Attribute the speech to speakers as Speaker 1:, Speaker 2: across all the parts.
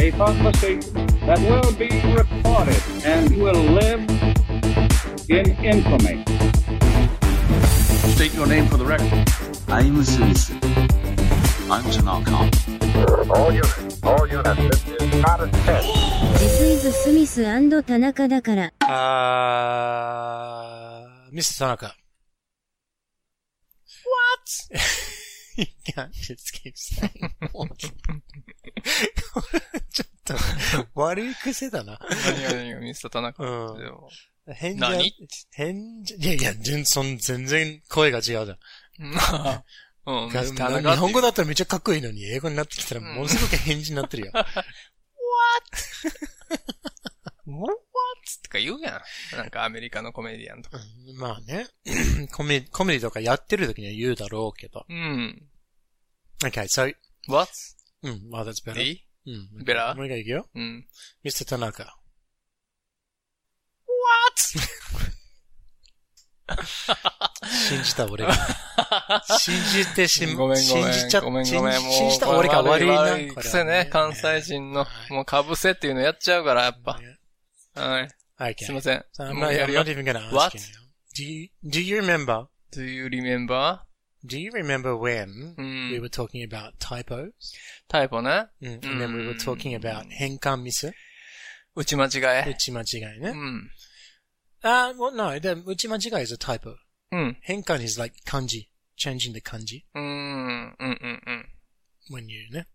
Speaker 1: a conversation that will be recorded and will live in infamy.
Speaker 2: State your name for the record.
Speaker 3: I'm a citizen. I'm Jamal Khan.
Speaker 4: All units, all units, this is not a test.
Speaker 5: This is スミス田中だから。
Speaker 6: あー、ミス田中。What? you can't just keep saying what. これちょっと、悪い癖だな。
Speaker 7: 何が何がミスター田中
Speaker 6: う
Speaker 7: で
Speaker 6: ん。
Speaker 7: も。
Speaker 6: 変じゃ、
Speaker 7: 何
Speaker 6: 変じゃ、いやいや、全そん全然声が違うじゃん。
Speaker 7: うん、ミスター田中っていう。
Speaker 6: 日本語だったらめっちゃかっこいいのに、英語になってきたらものすごく変人になってる よ。
Speaker 7: What? とか言うやん。なんかアメリカのコメディアンとか。
Speaker 6: うんまあね。 コメディ、コメディとかやってる時には言うだろうけど。
Speaker 7: うん。
Speaker 6: Okay, so,
Speaker 7: What?
Speaker 6: うん、まあ、that's better.
Speaker 7: でいい
Speaker 6: うん。
Speaker 7: better？
Speaker 6: もう一回行くよ。
Speaker 7: うん。
Speaker 6: Mr. Tanaka. What? 信じた俺が。信じて しま、
Speaker 7: ごめんごめん。
Speaker 6: 信じちゃ、
Speaker 7: ごめん
Speaker 6: 信
Speaker 7: ごめん。
Speaker 6: じ
Speaker 7: もう、
Speaker 6: 信じた俺が悪いな。
Speaker 7: 悪い癖ね。関西人の、
Speaker 6: Ah,
Speaker 7: もう被せっていうのやっちゃうから、やっぱ。はい。
Speaker 6: はい。
Speaker 7: すいません。
Speaker 6: Ah, So I'm
Speaker 7: も
Speaker 6: not,
Speaker 7: うや
Speaker 6: I'm
Speaker 7: るよ
Speaker 6: not。even gonna ask
Speaker 7: What?
Speaker 6: you. Do you, do you remember,
Speaker 7: Do you remember?
Speaker 6: do you remember when
Speaker 7: う
Speaker 6: we
Speaker 7: ん。
Speaker 6: were talking about typos? Mm,
Speaker 7: タイプね。
Speaker 6: And then we were talking about 変換ミス
Speaker 7: 打ち間違
Speaker 6: 打
Speaker 7: え。
Speaker 6: ち間違いうね。
Speaker 7: ん。
Speaker 6: あ、well, Uh, no, the 打ち間違い is a typo.
Speaker 7: うん。
Speaker 6: 変換 is like 漢字。changing the 漢字。
Speaker 7: うん。うん。うん。うん。
Speaker 6: when you ね。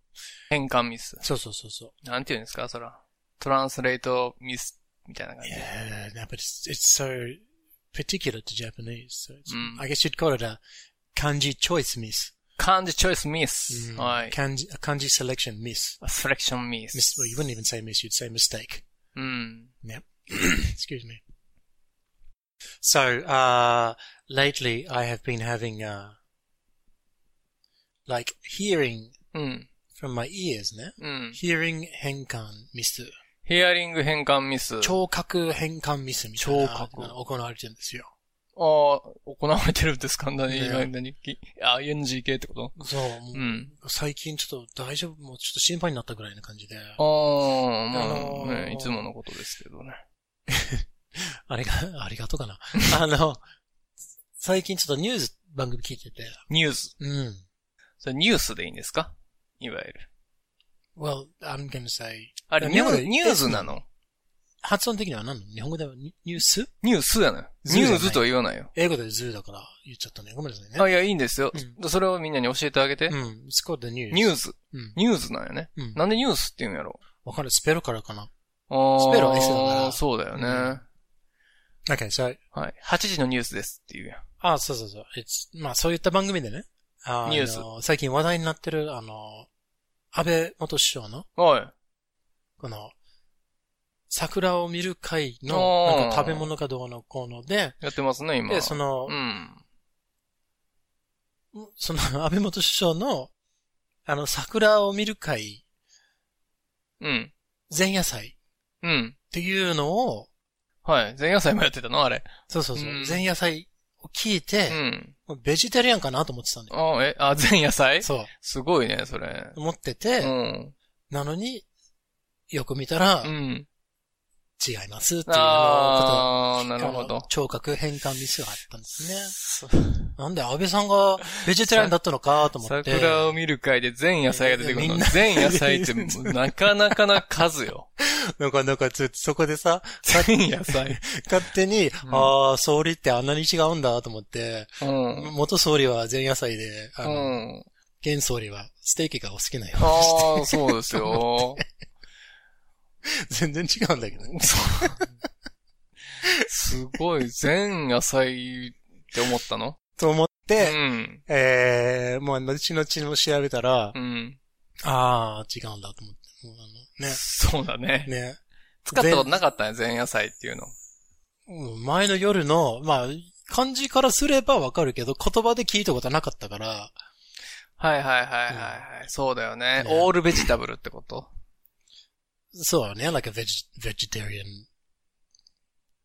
Speaker 7: 変換ミス。
Speaker 6: そうそうそうそう。
Speaker 7: なんて言うんですかそら。トランスレートミスみたいな感じ。
Speaker 6: Yeah, no, but it's it's so particular to Japanese. So it's,
Speaker 7: Mm.
Speaker 6: I guess you'd call it a kanji choice miss.
Speaker 7: 漢字チョイスミ
Speaker 6: Mm.
Speaker 7: ス。はい。
Speaker 6: Kanji a kanji selection miss.
Speaker 7: セレクションミス。
Speaker 6: Miss. Well, you wouldn't even say miss. You'd say mistake.
Speaker 7: うん。
Speaker 6: Yep. Excuse me. So uh, lately, I have been having uh, like hearing
Speaker 7: うん。
Speaker 6: from my ears, ne?
Speaker 7: うん。
Speaker 6: Hearing henkan misu.
Speaker 7: ヒアリング変換ミス。
Speaker 6: 聴覚変換ミスみたいな
Speaker 7: 聴覚
Speaker 6: のが行われてるんですよ。
Speaker 7: ああ、行われてるんですか何、
Speaker 6: ね
Speaker 7: 何、何、きあ、NGK ってこと
Speaker 6: そう、
Speaker 7: うん。
Speaker 6: 最近ちょっと大丈夫もうちょっと心配になったぐらいな感じで、
Speaker 7: ああ、まあ、
Speaker 6: あのー
Speaker 7: ね、いつものことですけどね。
Speaker 6: あれが、ありがとうかな。 あの、最近ちょっとニュース番組聞いてて、
Speaker 7: ニュース。
Speaker 6: うん。
Speaker 7: それニュースでいいんですかいわゆる。
Speaker 6: Well, I'm gonna say,
Speaker 7: あれ、
Speaker 6: い
Speaker 7: ニ
Speaker 6: や
Speaker 7: ュ
Speaker 6: 日本
Speaker 7: ー
Speaker 6: で
Speaker 7: ニュースなの
Speaker 6: 発音的には何なの日本語ではニニュース
Speaker 7: ニュースやなよ。
Speaker 6: ズーじ
Speaker 7: ニ
Speaker 6: ゃない
Speaker 7: ュースとは言わないよ。
Speaker 6: 英語でズーだから言っちゃったね。ごめんなさい
Speaker 7: あ、
Speaker 6: ね。
Speaker 7: いや、いいんですよ。
Speaker 6: う
Speaker 7: それをみんなに教えてあげて。
Speaker 6: うん。It's called the news.
Speaker 7: ニュース。
Speaker 6: うん。
Speaker 7: ニュースなんよね。
Speaker 6: うん
Speaker 7: なんでニュースって言うんやろ
Speaker 6: わかるスペルからかな。
Speaker 7: ああ。
Speaker 6: スペルは S だから
Speaker 7: そうだよね。
Speaker 6: Okay, so,
Speaker 7: はい。8時のニュースですって言うやん。
Speaker 6: あ、そうそうそう。It's, まあそういった番組でね、あ
Speaker 7: ニュース
Speaker 6: の最近話題になってる、あの、安倍元首相の
Speaker 7: おい。
Speaker 6: この、桜を見る会
Speaker 7: お
Speaker 6: の、
Speaker 7: ー
Speaker 6: なんか食べ物かどうのこうので、
Speaker 7: やってますね、今。
Speaker 6: で、その
Speaker 7: う、ん。
Speaker 6: その、安倍元首相の、あの、桜を見る会、
Speaker 7: うん。
Speaker 6: 前夜祭
Speaker 7: うん。
Speaker 6: っていうのを、
Speaker 7: はい。前夜祭もやってたのあれ。
Speaker 6: そうそうそう
Speaker 7: うん、
Speaker 6: 前夜祭を聞いうて、
Speaker 7: ん。
Speaker 6: もうベジタリアンかなと思ってたんだよ。
Speaker 7: あ、え、あ、前夜祭
Speaker 6: そう、
Speaker 7: すごいね、それ。
Speaker 6: 思って
Speaker 7: う
Speaker 6: て、
Speaker 7: ん。
Speaker 6: なのに、よく見たら
Speaker 7: う、ん。
Speaker 6: 違いますっていうのを
Speaker 7: ああ、
Speaker 6: こ
Speaker 7: な
Speaker 6: と
Speaker 7: るほど。
Speaker 6: 聴覚変換ミスがあったんですね。
Speaker 7: そ
Speaker 6: なんで安倍さんがベジタリアンだったのかと思 って。
Speaker 7: 桜を見る会で前夜祭が出てくる
Speaker 6: み
Speaker 7: の
Speaker 6: んな。
Speaker 7: 前夜祭 ってなかなかな数よ。
Speaker 6: なんか、なんか、ずそこ でさ、
Speaker 7: 前夜祭。
Speaker 6: 勝手に、
Speaker 7: ん
Speaker 6: ああ、総理ってあんなに違うんだと思って、
Speaker 7: うん。
Speaker 6: 元総理は前夜祭で、あ
Speaker 7: う
Speaker 6: の、
Speaker 7: ん。
Speaker 6: 現総理はステーキがお好きなよ うにして、
Speaker 7: ああ、そうです よ。
Speaker 6: 全然違うんだけどね。
Speaker 7: そうすごい、全野菜って思ったの
Speaker 6: と思っ
Speaker 7: う
Speaker 6: て、
Speaker 7: ん。
Speaker 6: えー、もう後々も調べたら、
Speaker 7: うん。
Speaker 6: ああ、違うんだと思って。もうあのね、
Speaker 7: そうだね。
Speaker 6: ね。
Speaker 7: 使ったことなかったね、前野菜っていうの。
Speaker 6: うん前の夜の、まあ、漢字からすればわかるけど、言葉で聞いたことはなかったから、
Speaker 7: はいはいはいはいはい。そうだよね
Speaker 6: ね。
Speaker 7: オールベジタブルってこと
Speaker 6: そうね、like a veg, vegetarian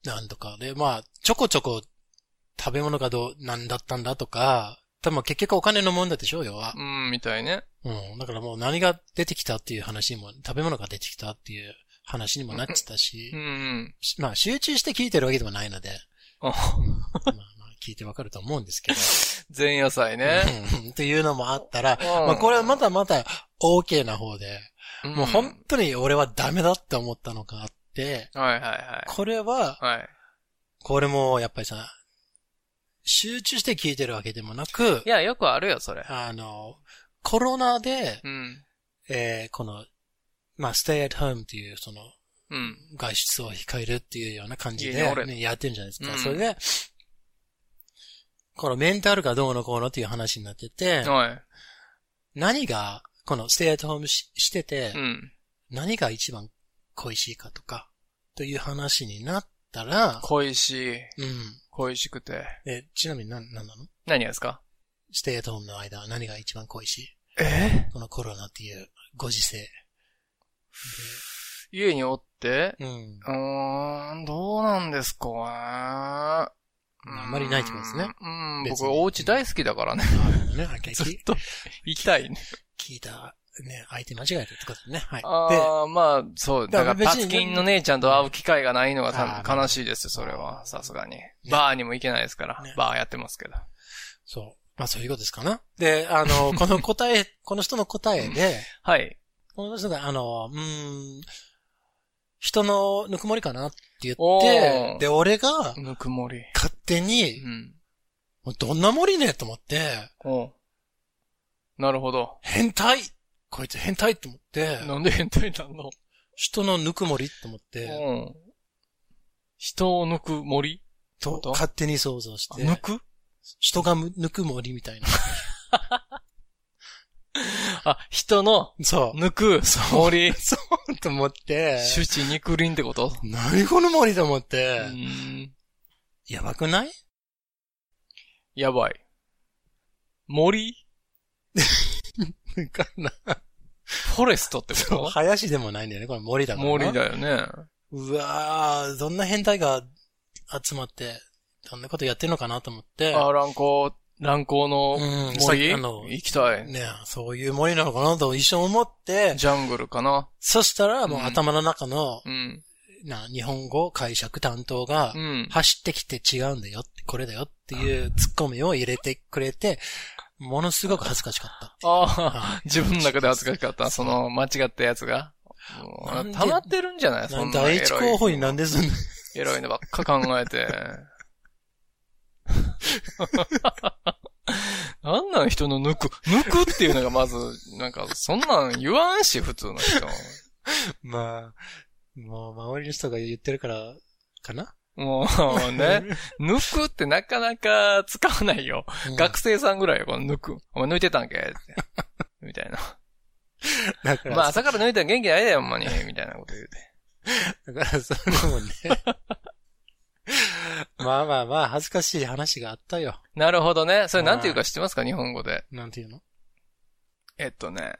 Speaker 6: なんとかで、まあ、ちょこちょこ食べ物がどう、なんだったんだとか、多分結局お金の問題でしょう、要は
Speaker 7: う。ん、みたいね。
Speaker 6: うん。だからもう何が出てきたっていう話にも、食べ物が出てきたっていう話にもなっちゃったし
Speaker 7: う、ん。
Speaker 6: しまあ集中して聞いてるわけでもないので、
Speaker 7: あ
Speaker 6: まあまあ聞いてわかると思うんですけど、
Speaker 7: 前夜祭 ね。
Speaker 6: うんっていうのもあったら、
Speaker 7: うん
Speaker 6: まあこれはまだまだ OK な方で、もう本当に俺はダメだって思ったのがあって、
Speaker 7: うんはいはいは。、
Speaker 6: これはい
Speaker 7: はい。
Speaker 6: これもやっぱりさ、集中して聞いてるわけでもなく
Speaker 7: い、や、よくあるよ、それ。
Speaker 6: あの、コロナで、
Speaker 7: うん。
Speaker 6: えーこの、まあ、stay at home っていう、その、
Speaker 7: うん。
Speaker 6: 外出を控えるっていうような感じ
Speaker 7: いいね
Speaker 6: で、
Speaker 7: 俺
Speaker 6: ね、やってるじゃないですか。
Speaker 7: うん
Speaker 6: それで、このメンタルがどうのこうのっていう話になってて、
Speaker 7: はい。
Speaker 6: 何が、この stay at home ししてて、
Speaker 7: うん。
Speaker 6: 何が一番恋しいかとか、という話になったら、
Speaker 7: 恋しい。
Speaker 6: うん。
Speaker 7: 恋しくて。
Speaker 6: え、ちなみに何、何なの
Speaker 7: 何がですか
Speaker 6: stay at home の間、何が一番恋しい
Speaker 7: え
Speaker 6: このコロナっていうご時世。
Speaker 7: 家におって
Speaker 6: うん。
Speaker 7: うーん、どうなんですかね。
Speaker 6: あんまりないってことですね
Speaker 7: うん、
Speaker 6: 別
Speaker 7: 僕、
Speaker 6: に
Speaker 7: お家大好きだからね。
Speaker 6: ね、はい聞
Speaker 7: ずっと、行きたいね。
Speaker 6: 聞いた、ね、相手間違えたってことだね。はい。で、
Speaker 7: ああ、まあ、そう。だか、
Speaker 6: だからら
Speaker 7: パ
Speaker 6: 別
Speaker 7: ツ
Speaker 6: に
Speaker 7: キンの姉ちゃんと会う機会がないのが
Speaker 6: あ
Speaker 7: 多
Speaker 6: ー
Speaker 7: 分悲しいですよ、それは。さすがに。バーにも行けないですから
Speaker 6: ね。
Speaker 7: バーやってますけど。
Speaker 6: そう。まあそういうことですかな。で、あ の、この答え、この人の答えで、
Speaker 7: はい。
Speaker 6: この人が、あの、うーん、人のぬくもりかなって言
Speaker 7: お
Speaker 6: って
Speaker 7: ー、
Speaker 6: で、俺が
Speaker 7: ぬくもり。
Speaker 6: 勝手
Speaker 7: う
Speaker 6: に、
Speaker 7: ん。
Speaker 6: もうどんな森ねと思って、
Speaker 7: おうなるほど。
Speaker 6: 変態こいつ変態って思って、
Speaker 7: なんで変態なんの
Speaker 6: 人のぬくもりって思って、
Speaker 7: うん。人を抜く森
Speaker 6: と
Speaker 7: こと
Speaker 6: 勝手に想像して、
Speaker 7: 抜く
Speaker 6: 人がむぬくもりみたいな。
Speaker 7: あ、人の
Speaker 6: そ
Speaker 7: 抜く森。
Speaker 6: う。そう と思って、
Speaker 7: 主治肉林ってこと
Speaker 6: 何この森と思っ
Speaker 7: う
Speaker 6: て、
Speaker 7: ん。
Speaker 6: やばくない
Speaker 7: やばい。森
Speaker 6: なんかな
Speaker 7: フォレストってこ
Speaker 6: 林でもないんだよね。これ森だ
Speaker 7: と
Speaker 6: から。
Speaker 7: 森。だよね。
Speaker 6: うわー、どんな変態が集まって、どんなことやってるのかなと思って、
Speaker 7: あ、乱行、乱行の
Speaker 6: うん
Speaker 7: 森
Speaker 6: さあの
Speaker 7: 行きたい。
Speaker 6: ねそういう森なのかなと一瞬思って、
Speaker 7: ジャングルかな
Speaker 6: そしたらもう
Speaker 7: うん
Speaker 6: 頭の中の、
Speaker 7: うん。
Speaker 6: な日本語解釈担当が
Speaker 7: う、ん。
Speaker 6: 走ってきて違うんだよって、これだよっていうツッコミを入れてくれて、ものすごく恥ずかしかった。
Speaker 7: ああ、
Speaker 6: はい
Speaker 7: 自分の中で恥ずかしかった。その、間違ったやつが。も
Speaker 6: な
Speaker 7: うん
Speaker 6: で
Speaker 7: 溜まってるんじゃないそ
Speaker 6: なんん
Speaker 7: な
Speaker 6: 第一候補になんですんの
Speaker 7: エロいのばっか考えて。なんなん人の抜く、抜くっていうのがまず、なんか、そんなん言わんし、普通の人。
Speaker 6: まあ、もう周りの人が言ってるから、かな
Speaker 7: もうね、抜くってなかなか使わないよ。
Speaker 6: うん
Speaker 7: 学生さんぐらいよ、この抜く。お前抜いてたんけって。みたい な。
Speaker 6: だから、
Speaker 7: まあ、朝から抜いたら元気ないだよ、ほんまに。みたいなこと言うて。
Speaker 6: だから、それも ね。まあまあまあ、恥ずかしい話があったよ。
Speaker 7: なるほどね。それなんていうか知ってますか、日本語で。
Speaker 6: なんていうの
Speaker 7: えっとね、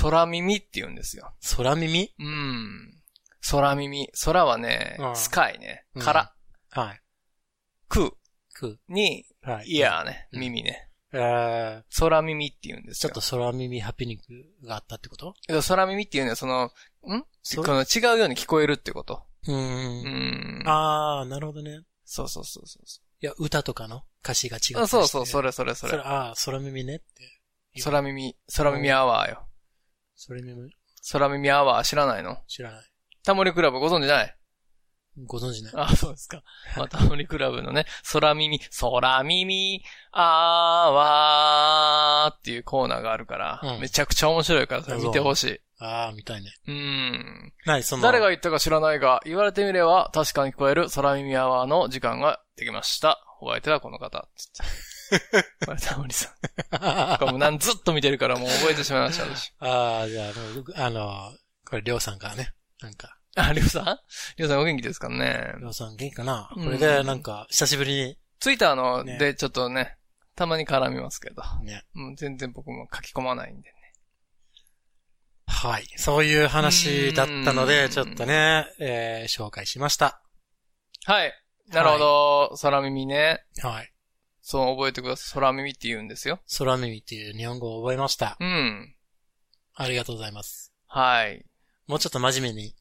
Speaker 7: 空耳って言うんですよ。
Speaker 6: 空耳
Speaker 7: うん。空耳。空はね
Speaker 6: う、ん
Speaker 7: スカイね。
Speaker 6: うん
Speaker 7: から、
Speaker 6: はい。
Speaker 7: 空
Speaker 6: く、
Speaker 7: に、
Speaker 6: はい。
Speaker 7: イヤーね、
Speaker 6: うん
Speaker 7: 耳ね。
Speaker 6: えー。
Speaker 7: 空耳って言うんです
Speaker 6: ちょ
Speaker 7: よ
Speaker 6: っ。と空耳ハプニングがあったってこと
Speaker 7: えっと空耳っていうのは、その、ん
Speaker 6: そ
Speaker 7: この違うように聞こえるってこと。
Speaker 6: う。
Speaker 7: うんん。
Speaker 6: ああ、なるほどね。
Speaker 7: そうそうそうそうそ
Speaker 6: いや、歌とかの歌詞が違って
Speaker 7: う。あそうそう、そ
Speaker 6: れ。
Speaker 7: れそれそ
Speaker 6: それ、
Speaker 7: れ。
Speaker 6: ああ、空耳ねって。
Speaker 7: 空耳、空耳アワーよ。
Speaker 6: それ耳
Speaker 7: 空耳アワー知らないの
Speaker 6: 知らない。
Speaker 7: タモリクラブご存知じゃない
Speaker 6: ご存知ない。
Speaker 7: あ、そうですか。 まあ、タモリクラブのね、空耳、空耳、あーわーっていうコーナーがあるから、
Speaker 6: うん
Speaker 7: めちゃくちゃ面白いから、それ見てほしい。
Speaker 6: ああ、みたいね。
Speaker 7: うん。
Speaker 6: ない、その。
Speaker 7: 誰 が言ったか知らないが、言われてみれば確かに聞こえる空耳アワーの時間ができました。お相手はこの 方。つって。これタモリさん。これもうなんずっと見てるからもう覚えてしまいました、私。
Speaker 6: ああ、じゃあ、もうあの、これ、りょうさんからね。なんか、
Speaker 7: あ、りょうさんりょうさんお元気ですかね
Speaker 6: りょうさん元気かな
Speaker 7: うん
Speaker 6: これで、なんか、久しぶりに、
Speaker 7: ツイッターの、
Speaker 6: ね
Speaker 7: でちょっとね、たまに絡みますけど。
Speaker 6: ね。
Speaker 7: もう全然僕も書き込まないんで。
Speaker 6: はい。そういう話だった
Speaker 7: うー
Speaker 6: の
Speaker 7: ん
Speaker 6: で、ちょっとね、えー紹介しました。
Speaker 7: はい。なるほど。空耳ね。
Speaker 6: はい。
Speaker 7: そう覚えてください。空耳って言うんですよ。
Speaker 6: 空耳っていう日本語を覚えました。
Speaker 7: うん。
Speaker 6: ありがとうございます。
Speaker 7: はい。
Speaker 6: もうちょっと真面目に、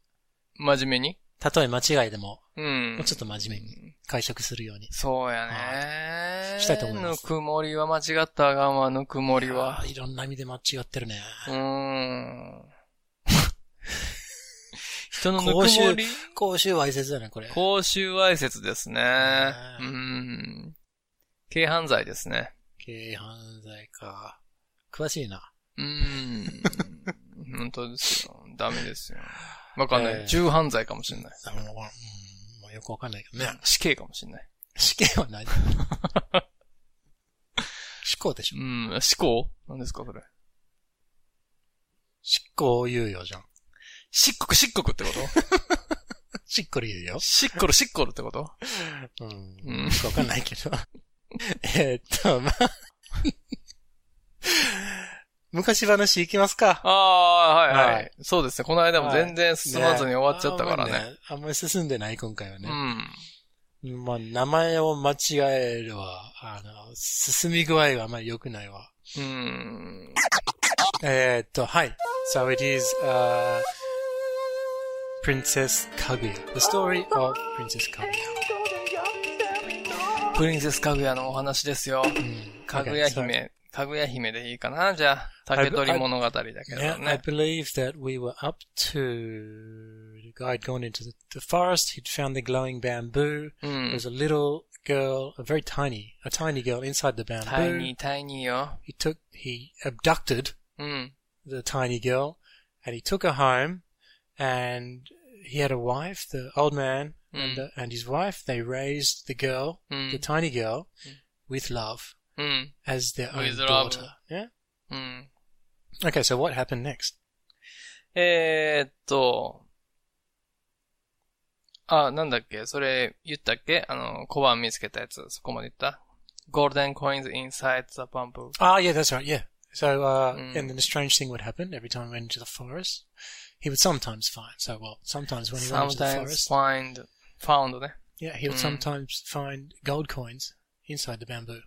Speaker 7: 真面目に
Speaker 6: たとえ間違いでも、
Speaker 7: うん
Speaker 6: もう。ちょっと真面目に解釈するように。
Speaker 7: そうやね。
Speaker 6: したいと思います
Speaker 7: ぬくもりは間違ったらあかんわ、ぬくもりは
Speaker 6: あ。ーいろんな意味で間違ってるね。
Speaker 7: うーん。 人のぬくも
Speaker 6: 公衆
Speaker 7: り、
Speaker 6: 公衆わいせつだね、これ。
Speaker 7: 公衆挨拶ですね。う
Speaker 6: うん
Speaker 7: ん。軽犯罪ですね。
Speaker 6: 軽犯罪か。詳しいな。
Speaker 7: うーん。本当ですよ。ダメですよ。わかんない。
Speaker 6: えー
Speaker 7: 重犯罪かもしれない。
Speaker 6: あもううんもうよくわかんないけどね。
Speaker 7: 死刑かもしれない。
Speaker 6: 死刑は ない。執行でし
Speaker 7: う
Speaker 6: ょ。
Speaker 7: ん。死刑何ですか、それ。
Speaker 6: 執行猶予じゃん。
Speaker 7: 漆黒、漆黒ってこと
Speaker 6: しっこり言うよ。
Speaker 7: 漆黒、漆黒ってこと
Speaker 6: うん。
Speaker 7: うん
Speaker 6: よくわかんない けど。えーっと、まあ、昔話いきますか。
Speaker 7: ああー、はいはい、
Speaker 6: はい
Speaker 7: そうですね。この間も全然進まずに終わっちゃったからね。
Speaker 6: ねあんまり進んでない、今回は
Speaker 7: う
Speaker 6: ね。
Speaker 7: ん。
Speaker 6: まあ、名前を間違えるわ。あの、進み具合があまり良くないわ。
Speaker 7: うん。
Speaker 6: えーっと、はい。So it is, uh, Princess Kaguya. The story of Princess Kaguya.
Speaker 7: プリンセスかぐやのお話ですよ。
Speaker 6: Hmm.
Speaker 7: かぐや
Speaker 6: Okay, so-
Speaker 7: 姫。かぐや姫でいいかなじゃあ、竹取物語だけど
Speaker 6: Yeah, I
Speaker 7: ね。
Speaker 6: believe that we were up to the guy had gone into the, the forest. He'd found the glowing bamboo.
Speaker 7: う
Speaker 6: There
Speaker 7: ん。
Speaker 6: was a little girl, a very tiny, a tiny girl inside the bamboo.
Speaker 7: タイニー、タイニーよ。
Speaker 6: He took, he abducted
Speaker 7: うん。
Speaker 6: the tiny girl, and he took her home. And he had a wife, the old man, and,
Speaker 7: Mm.
Speaker 6: uh, and his wife. They raised the girl,
Speaker 7: Mm.
Speaker 6: the tiny girl, with love
Speaker 7: うん。
Speaker 6: as their own
Speaker 7: With love.
Speaker 6: daughter. Yeah.
Speaker 7: うん。
Speaker 6: Okay. So what happened next?
Speaker 7: えー、っと。あ、なんだっけそれ、言ったっけあの、小判見つけたやつ、そこまで言った ?Golden coins inside the bamboo.
Speaker 6: Ah, yeah, that's right. Yeah. So, uh,
Speaker 7: Mm.
Speaker 6: and then a strange thing would happen every time he went into the forest. He would sometimes find. So, well, sometimes when he went into the
Speaker 7: Sometimes
Speaker 6: forest,
Speaker 7: find, found ね。
Speaker 6: yeah, he would
Speaker 7: Mm.
Speaker 6: sometimes find gold coins inside the bamboo.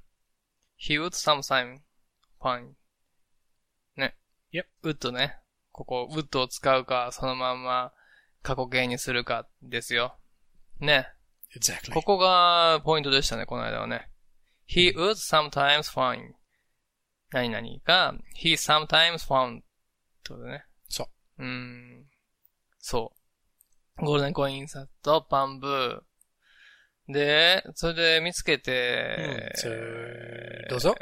Speaker 7: He would sometime find. ね。
Speaker 6: Yep.
Speaker 7: ウッドね。ここ、ウッドを使うか、そのまんま過去形にするかですよ。ね。
Speaker 6: Exactly.
Speaker 7: ここがポイントでしたね、この間はね。He would sometimes find 何々が He sometimes found ってことね。。
Speaker 6: そう
Speaker 7: うーん。そう。ゴールデンコインサット、バンブー。で、それで見つけて、
Speaker 6: うんそ
Speaker 7: Eh.
Speaker 6: どうぞ。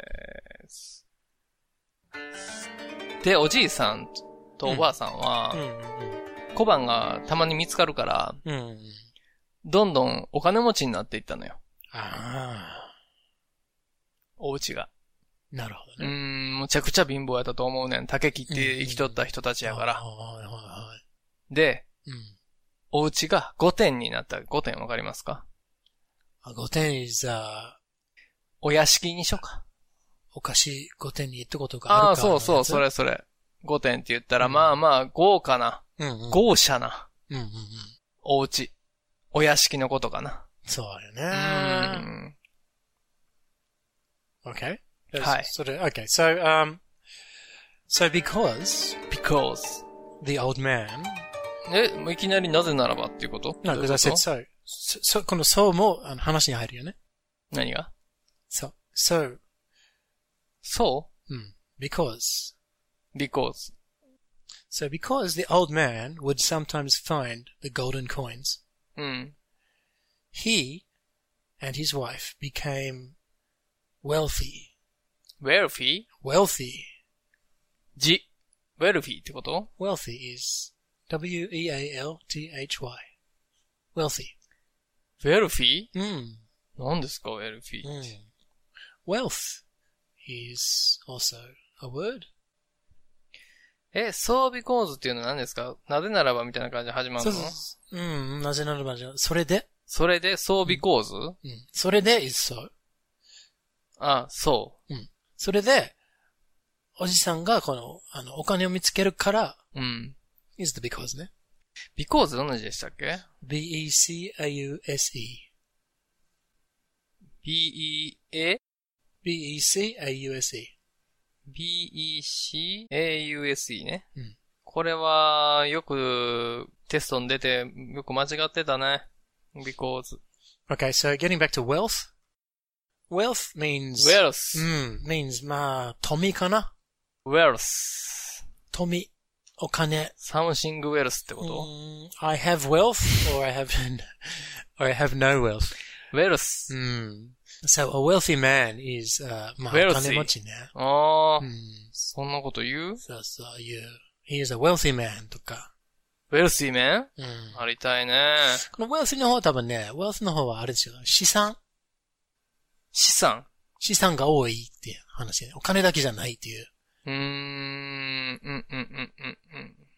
Speaker 7: で、おじいさんとおばあさん
Speaker 6: Hmm,
Speaker 7: は、小判がたまに見つかるから、
Speaker 6: Mm.
Speaker 7: どんどんお金持ちになっていったのよ。
Speaker 6: Ah.
Speaker 7: お家が。
Speaker 6: なる
Speaker 7: う
Speaker 6: ほ
Speaker 7: ー
Speaker 6: どね。
Speaker 7: ん、むちゃくちゃ貧乏やったと思うねん。竹切って生きとった人たちやか
Speaker 6: は
Speaker 7: ら。
Speaker 6: いはいは
Speaker 7: で、
Speaker 6: い。うん。
Speaker 7: お家が5点になった。5点わかりますか
Speaker 6: あ、5点 is, uh,
Speaker 7: お屋敷にしようか。
Speaker 6: お菓子5点にってことがある
Speaker 7: あ
Speaker 6: か
Speaker 7: あー、そうそう、そ
Speaker 6: れ。
Speaker 7: れそれ。5点って言ったら、
Speaker 6: うん
Speaker 7: まあまあ、豪華な、
Speaker 6: うんうん。
Speaker 7: 豪奢な
Speaker 6: うんうんうん。
Speaker 7: お家。お屋敷のことかな。
Speaker 6: そう
Speaker 7: う
Speaker 6: よね。
Speaker 7: ん。
Speaker 6: Okay.
Speaker 7: はい
Speaker 6: それ、okay. So, um, so because
Speaker 7: because.
Speaker 6: the old man.
Speaker 7: え、もういきなりなぜならばっていうことど
Speaker 6: No,
Speaker 7: ういう
Speaker 6: because
Speaker 7: こ
Speaker 6: I
Speaker 7: と
Speaker 6: said so. そ、そ、この so もあの話に入るよね。
Speaker 7: 何が
Speaker 6: so, so,
Speaker 7: そ
Speaker 6: うん。because.
Speaker 7: う ?because.
Speaker 6: So because the old man would sometimes find the golden coins,
Speaker 7: うん。
Speaker 6: he and his wife became wealthy.
Speaker 7: wealthy?
Speaker 6: Wealthy.
Speaker 7: じ。wealthy ってこと
Speaker 6: Wealthy is E W-E-A-L-T-H-Y. Wealthy.
Speaker 7: ?wealthy?
Speaker 6: Mm.
Speaker 7: 何ですか ?wealthy って。
Speaker 6: Mm. Wealth is also a word.
Speaker 7: え、そう because っていうのは何ですかなぜならばみたいな感じで始まるのそ
Speaker 6: うん、なぜならばじゃ、それで、
Speaker 7: れで、そう because?、
Speaker 6: うん、それで Hmm. is so.
Speaker 7: あ、そ
Speaker 6: それで、おじさんがこの、あの、お金を見つけるから、
Speaker 7: う。うん。
Speaker 6: is the because ね。
Speaker 7: because どんな字でしたっけ
Speaker 6: E b-e-c-a-u-s-e。
Speaker 7: ?b-e-a?
Speaker 6: E b-e-c-a-u-s-e。
Speaker 7: BECAUSE ね。
Speaker 6: うん
Speaker 7: これは、よく、テストに出て、よく間違ってたね。because,
Speaker 6: Okay, so getting back to wealth. Wealth means
Speaker 7: wealth,
Speaker 6: Mm, means ma tomi kana?
Speaker 7: wealth,
Speaker 6: Tomi okane.
Speaker 7: something wealth ってこ
Speaker 6: Mm, I have wealth or I have or I have no wealth.
Speaker 7: と ?wealth.
Speaker 6: Mm. So a wealthy man is uh ma
Speaker 7: Wealthy.
Speaker 6: kanemochi ne.
Speaker 7: ああ、
Speaker 6: Mm.
Speaker 7: そんなこと言う
Speaker 6: So so you he is a wealthy man とか。
Speaker 7: ?wealthy man?
Speaker 6: うん。
Speaker 7: ありたいね。
Speaker 6: この wealth の方は多分ね、wealth の方はあれですよ。資産。
Speaker 7: 資産。
Speaker 6: 資産が多いっていう話ね。お金だけじゃないっていう。
Speaker 7: うーん、うん、うん、うん、うん。うん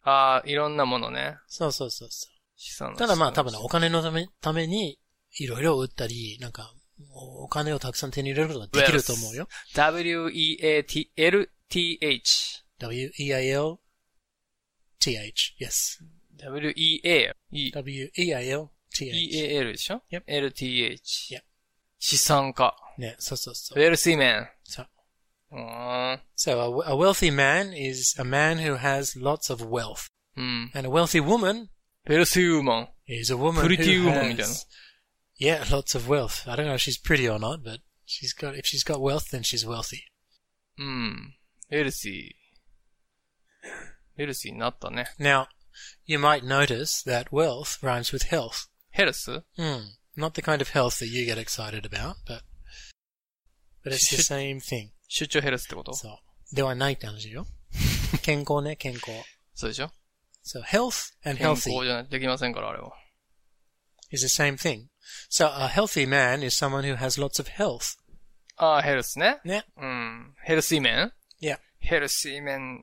Speaker 7: ああ、いろんなものね。
Speaker 6: そうそうそうそ
Speaker 7: 資産
Speaker 6: う。
Speaker 7: の
Speaker 6: ただまあ多分ね
Speaker 7: 資産
Speaker 6: お金のため、ために、いろいろ売ったり、なんか、おお金をたくさん手に入れることができると思うよ。
Speaker 7: W-E-A-T-L-T-H。
Speaker 6: E w-e-i-l, th, yes.
Speaker 7: W-E-A。E
Speaker 6: w-e-i-l, th.
Speaker 7: EAL でしょ
Speaker 6: Yep.
Speaker 7: ?LTH。
Speaker 6: Yep.
Speaker 7: 資産家。
Speaker 6: ね、そうそうそう。
Speaker 7: Wealthy man.
Speaker 6: そう
Speaker 7: うーん。
Speaker 6: So a, a wealthy man is a man who has lots of wealth.
Speaker 7: うん。
Speaker 6: And a wealthy woman
Speaker 7: Wealthy woman.
Speaker 6: is a woman
Speaker 7: Pretty
Speaker 6: who
Speaker 7: woman
Speaker 6: has-
Speaker 7: then.
Speaker 6: yeah, lots of wealth. I don't know if she's pretty or not, but she's got if she's got wealth, then she's wealthy.
Speaker 7: うん。Wealthy. Wealthy になったね。
Speaker 6: Now, you might notice that wealth rhymes with health.
Speaker 7: Health?
Speaker 6: Hmm. Not the kind of health that you get excited about, but but it's the
Speaker 7: Should-
Speaker 6: same thing.
Speaker 7: 出張ヘルスってこと
Speaker 6: So, ではないって話よ。 健康ね、健康。
Speaker 7: そうでしょ
Speaker 6: So health and
Speaker 7: 健
Speaker 6: healthy
Speaker 7: 康じゃないとできませんから、あれは。
Speaker 6: is the same thing. So a healthy man is someone who has lots of health.
Speaker 7: ああ、ヘルスね。
Speaker 6: ね。
Speaker 7: うん。ヘルシーメン
Speaker 6: Yeah.
Speaker 7: ヘルシーメン。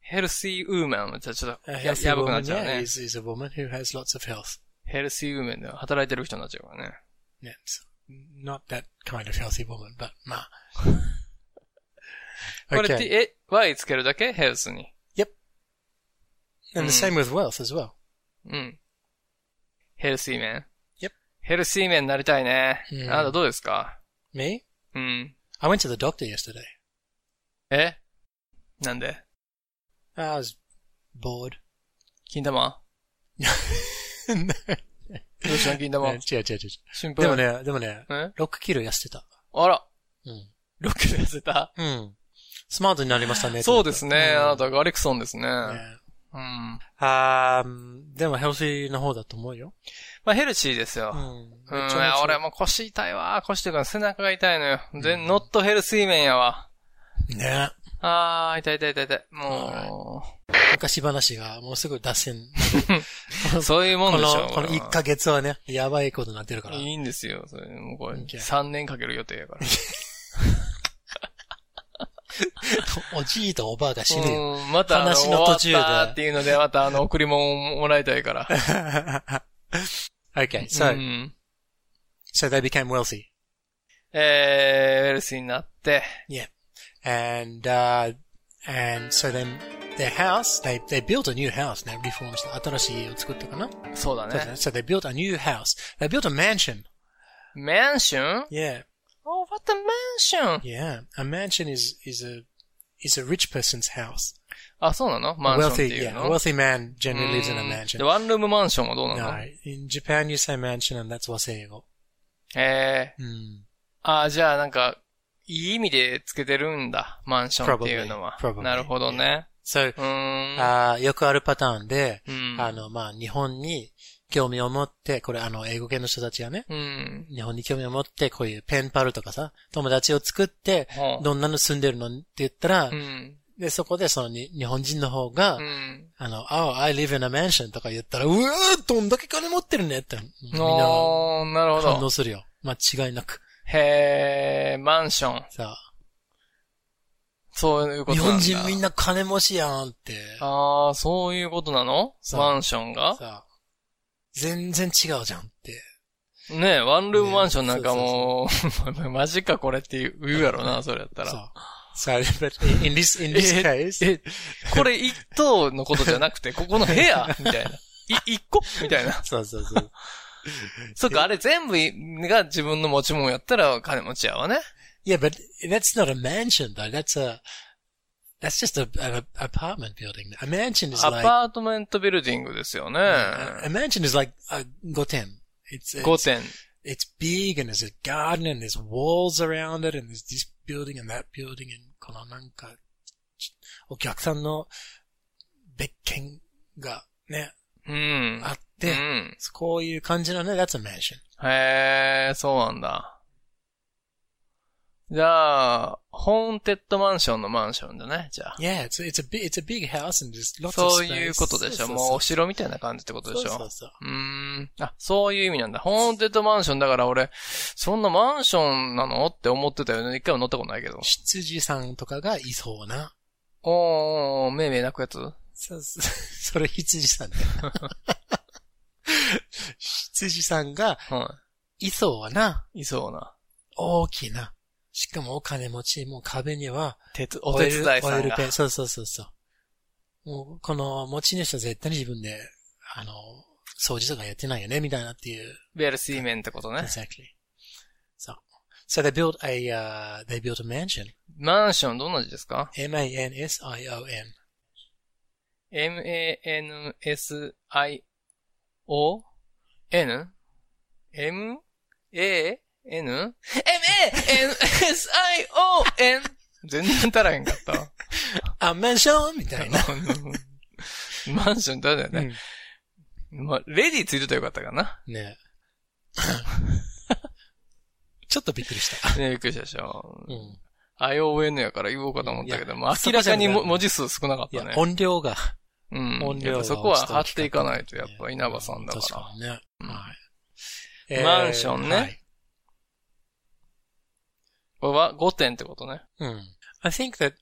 Speaker 7: ヘルシーウーマンはじゃあちょっと
Speaker 6: A
Speaker 7: や
Speaker 6: healthy
Speaker 7: やばくなっ
Speaker 6: woman
Speaker 7: ちゃう
Speaker 6: yeah,
Speaker 7: ね。
Speaker 6: is, is a woman who has lots of health.
Speaker 7: ヘルシーウーマンで働いてる人になっちゃうからね。
Speaker 6: Yeah, it's not that kind of healthy woman, but ma.
Speaker 7: これ、T、
Speaker 6: okay.
Speaker 7: え、Y つけるだけヘルスに。
Speaker 6: And the
Speaker 7: Mm.
Speaker 6: same with wealth as well.
Speaker 7: うん。ヘルシーメン。
Speaker 6: Yep.
Speaker 7: ヘルシーメンになりたいね。
Speaker 6: うん
Speaker 7: あなたどうですか
Speaker 6: Me?
Speaker 7: うん。
Speaker 6: I went to the doctor yesterday.
Speaker 7: えなんで
Speaker 6: I was bored.
Speaker 7: 金玉
Speaker 6: No.
Speaker 7: どうしたの金 玉
Speaker 6: 違う違う違う。
Speaker 7: 心配。。
Speaker 6: でもね、でもね、
Speaker 7: え
Speaker 6: 6キロ痩せてた。
Speaker 7: あら。
Speaker 6: うん。
Speaker 7: 6キロ痩せた。
Speaker 6: うん。スマートになりましたね。
Speaker 7: そうですね。
Speaker 6: うん
Speaker 7: あなた、ガリクソンですね。
Speaker 6: ね
Speaker 7: うん。
Speaker 6: あーでもヘルシーの方だと思うよ。
Speaker 7: まあ、ヘルシーですよ。
Speaker 6: ん
Speaker 7: うん、いや俺。もう腰痛いわ。腰というか背中が痛いのよ。全、ノットヘルスイメンやわ。
Speaker 6: ね
Speaker 7: あー、痛い痛い痛い痛い。も
Speaker 6: 昔話がもうすぐ脱線。
Speaker 7: う、そういうもん
Speaker 6: こ
Speaker 7: でしょ
Speaker 6: の、。この1ヶ月はね、やばいことになってるから
Speaker 7: い。いんですよ。それもうこれ、
Speaker 6: Okay
Speaker 7: 3年かける予定やから。
Speaker 6: おじいとおばあが死ぬよ。
Speaker 7: うんまた、あの
Speaker 6: 話
Speaker 7: 終
Speaker 6: の
Speaker 7: わ
Speaker 6: 途
Speaker 7: っ
Speaker 6: 中で
Speaker 7: たっていうので、また、あの、贈り物をもらいたい から。
Speaker 6: okay, so,
Speaker 7: うん、
Speaker 6: so they became wealthy.
Speaker 7: えー、ヘルスになって、
Speaker 6: Yeah. And, uh, and so then, their house, they, they built a new house. They reformed, 新しい家を作ったかな、
Speaker 7: そうだね。
Speaker 6: So they built a new house. They built a mansion.
Speaker 7: マンション
Speaker 6: Yeah.
Speaker 7: ?Oh, what a mansion!
Speaker 6: Yeah. A mansion is, is a, is a rich person's house.
Speaker 7: あ、そうなの
Speaker 6: A
Speaker 7: マンションってい
Speaker 6: wealthy,
Speaker 7: う
Speaker 6: yeah.
Speaker 7: の
Speaker 6: A wealthy man
Speaker 7: う
Speaker 6: generally lives in a
Speaker 7: ん
Speaker 6: mansion.
Speaker 7: で、ワンルームマンションはどうなの
Speaker 6: No, in Japan you say mansion and that's waseigo.
Speaker 7: ええ
Speaker 6: Mm.
Speaker 7: ああ、じゃあなんか、いい意味でつけてるんだ。マンションっていうのは
Speaker 6: Probably.。Probably.
Speaker 7: なるほどね。
Speaker 6: So,
Speaker 7: うーん。
Speaker 6: あーよくあるパターンで、
Speaker 7: うん
Speaker 6: Uh, あの、まあ、日本に興味を持って、これあの、英語系の人たちがね、
Speaker 7: うん。
Speaker 6: 日本に興味を持って、こういうペンパルとかさ、友達を作って、
Speaker 7: ほう
Speaker 6: どんなの住んでるのって言ったら、
Speaker 7: うん。
Speaker 6: で、そこでそのに日本人の方が、
Speaker 7: うん。
Speaker 6: あの、oh, I live in a mansion とか言ったら、うわーどんだけ金持ってるねって、みんな
Speaker 7: おー、なるほ
Speaker 6: 反
Speaker 7: ど
Speaker 6: 応。するよ。間違いなく。
Speaker 7: へえ、マンション。
Speaker 6: さ
Speaker 7: そういう
Speaker 6: あ、
Speaker 7: こ
Speaker 6: 日
Speaker 7: となんだ。
Speaker 6: 本人みんな金持ちやんって、
Speaker 7: ああ、そういうことなの
Speaker 6: そう
Speaker 7: マンションが
Speaker 6: さあ、全然違うじゃんって。
Speaker 7: ねえ、ワンルーム
Speaker 6: ね
Speaker 7: マンションなんかもう、 マジかこれって言うやろな、それやったら。
Speaker 6: そう。So, but in this, in this case,
Speaker 7: え、これ一棟のことじゃなくて、ここの部屋みたいな。い、一個みたいな。
Speaker 6: そうそうそう。
Speaker 7: そっか、あれ全部が自分の持ち物やったら金持ちやわね。
Speaker 6: Yeah, but that's not a mansion though. That's a, that's just a, an apartment building. A mansion is
Speaker 7: ア
Speaker 6: like,
Speaker 7: パートメントビルディングですよね。
Speaker 6: a mansion is like a goten. It's, it's,
Speaker 7: 5点。
Speaker 6: it's big and there's a garden and there's walls around it and there's this building and that building and このなんか、ちお客さんの別件がね、
Speaker 7: うん。
Speaker 6: あ
Speaker 7: う
Speaker 6: って、
Speaker 7: ん。
Speaker 6: こういう感じのね、that's a mansion.
Speaker 7: へえ、そうなんだ。じゃあ、ホーンテッドマンションのマンションだね、じゃあ。
Speaker 6: Yeah, it's, a- it's a big, it's a big house and there's lots of space.
Speaker 7: そういうことでしょ。
Speaker 6: そ
Speaker 7: もうお
Speaker 6: そ
Speaker 7: 城みたいな感じってことでし
Speaker 6: そうそ
Speaker 7: ょ
Speaker 6: う。そう。
Speaker 7: うーん。あ、そういう意味なんだ。ホーンテッドマンションだから俺、そんなマンションなのって思ってたよね。一回も乗ったことないけど。
Speaker 6: 羊さんとかがいそうな。
Speaker 7: おーおー、めいめい泣くやつ
Speaker 6: そ、そ それ羊さんだよ。羊さんが
Speaker 7: はい
Speaker 6: そうな、
Speaker 7: い。いそうな。
Speaker 6: 大きな、しかもお金持ち、もう壁には、
Speaker 7: 鉄、お手伝い
Speaker 6: オ
Speaker 7: さ
Speaker 6: イ
Speaker 7: ん
Speaker 6: ル
Speaker 7: が。
Speaker 6: ペン、そうそうそうそう。もう、この持ち主は絶対に自分で、あの、掃除とかやってないよね、みたいなっていう。
Speaker 7: ベルシーメンってことね。
Speaker 6: exactly. So, so they built a, uh, they built a mansion.
Speaker 7: マンションどんな字ですか
Speaker 6: M-A-N-S-I-O-N.
Speaker 7: ?m-a-n-s-i-o-n?m-a-n? m-a-n? m-a-n-s-i-o-n! 全然足らへんかったわ。
Speaker 6: あ、マンションみたいな。
Speaker 7: マンションだよ ね。まあ、レディついてたらよかったかな。
Speaker 6: ね ちょっとびっくりした。
Speaker 7: ね、びっくりしたでしょ。
Speaker 6: うん、
Speaker 7: ION やから言おうかと思ったけど、
Speaker 6: いや
Speaker 7: まあ、明らかに
Speaker 6: そうじゃない
Speaker 7: も文字数少なかっ
Speaker 6: い
Speaker 7: た
Speaker 6: や、
Speaker 7: ね。
Speaker 6: 音量が、
Speaker 7: うん。
Speaker 6: 音
Speaker 7: やっぱ
Speaker 6: 量が。
Speaker 7: そこは張っていかないと、やっぱ稲葉さんだ
Speaker 6: う確
Speaker 7: か
Speaker 6: かにね。は
Speaker 7: う
Speaker 6: い。
Speaker 7: ん
Speaker 6: えー
Speaker 7: マンションね
Speaker 6: はい
Speaker 7: ら。これは5点ってことね。
Speaker 6: うん。I think that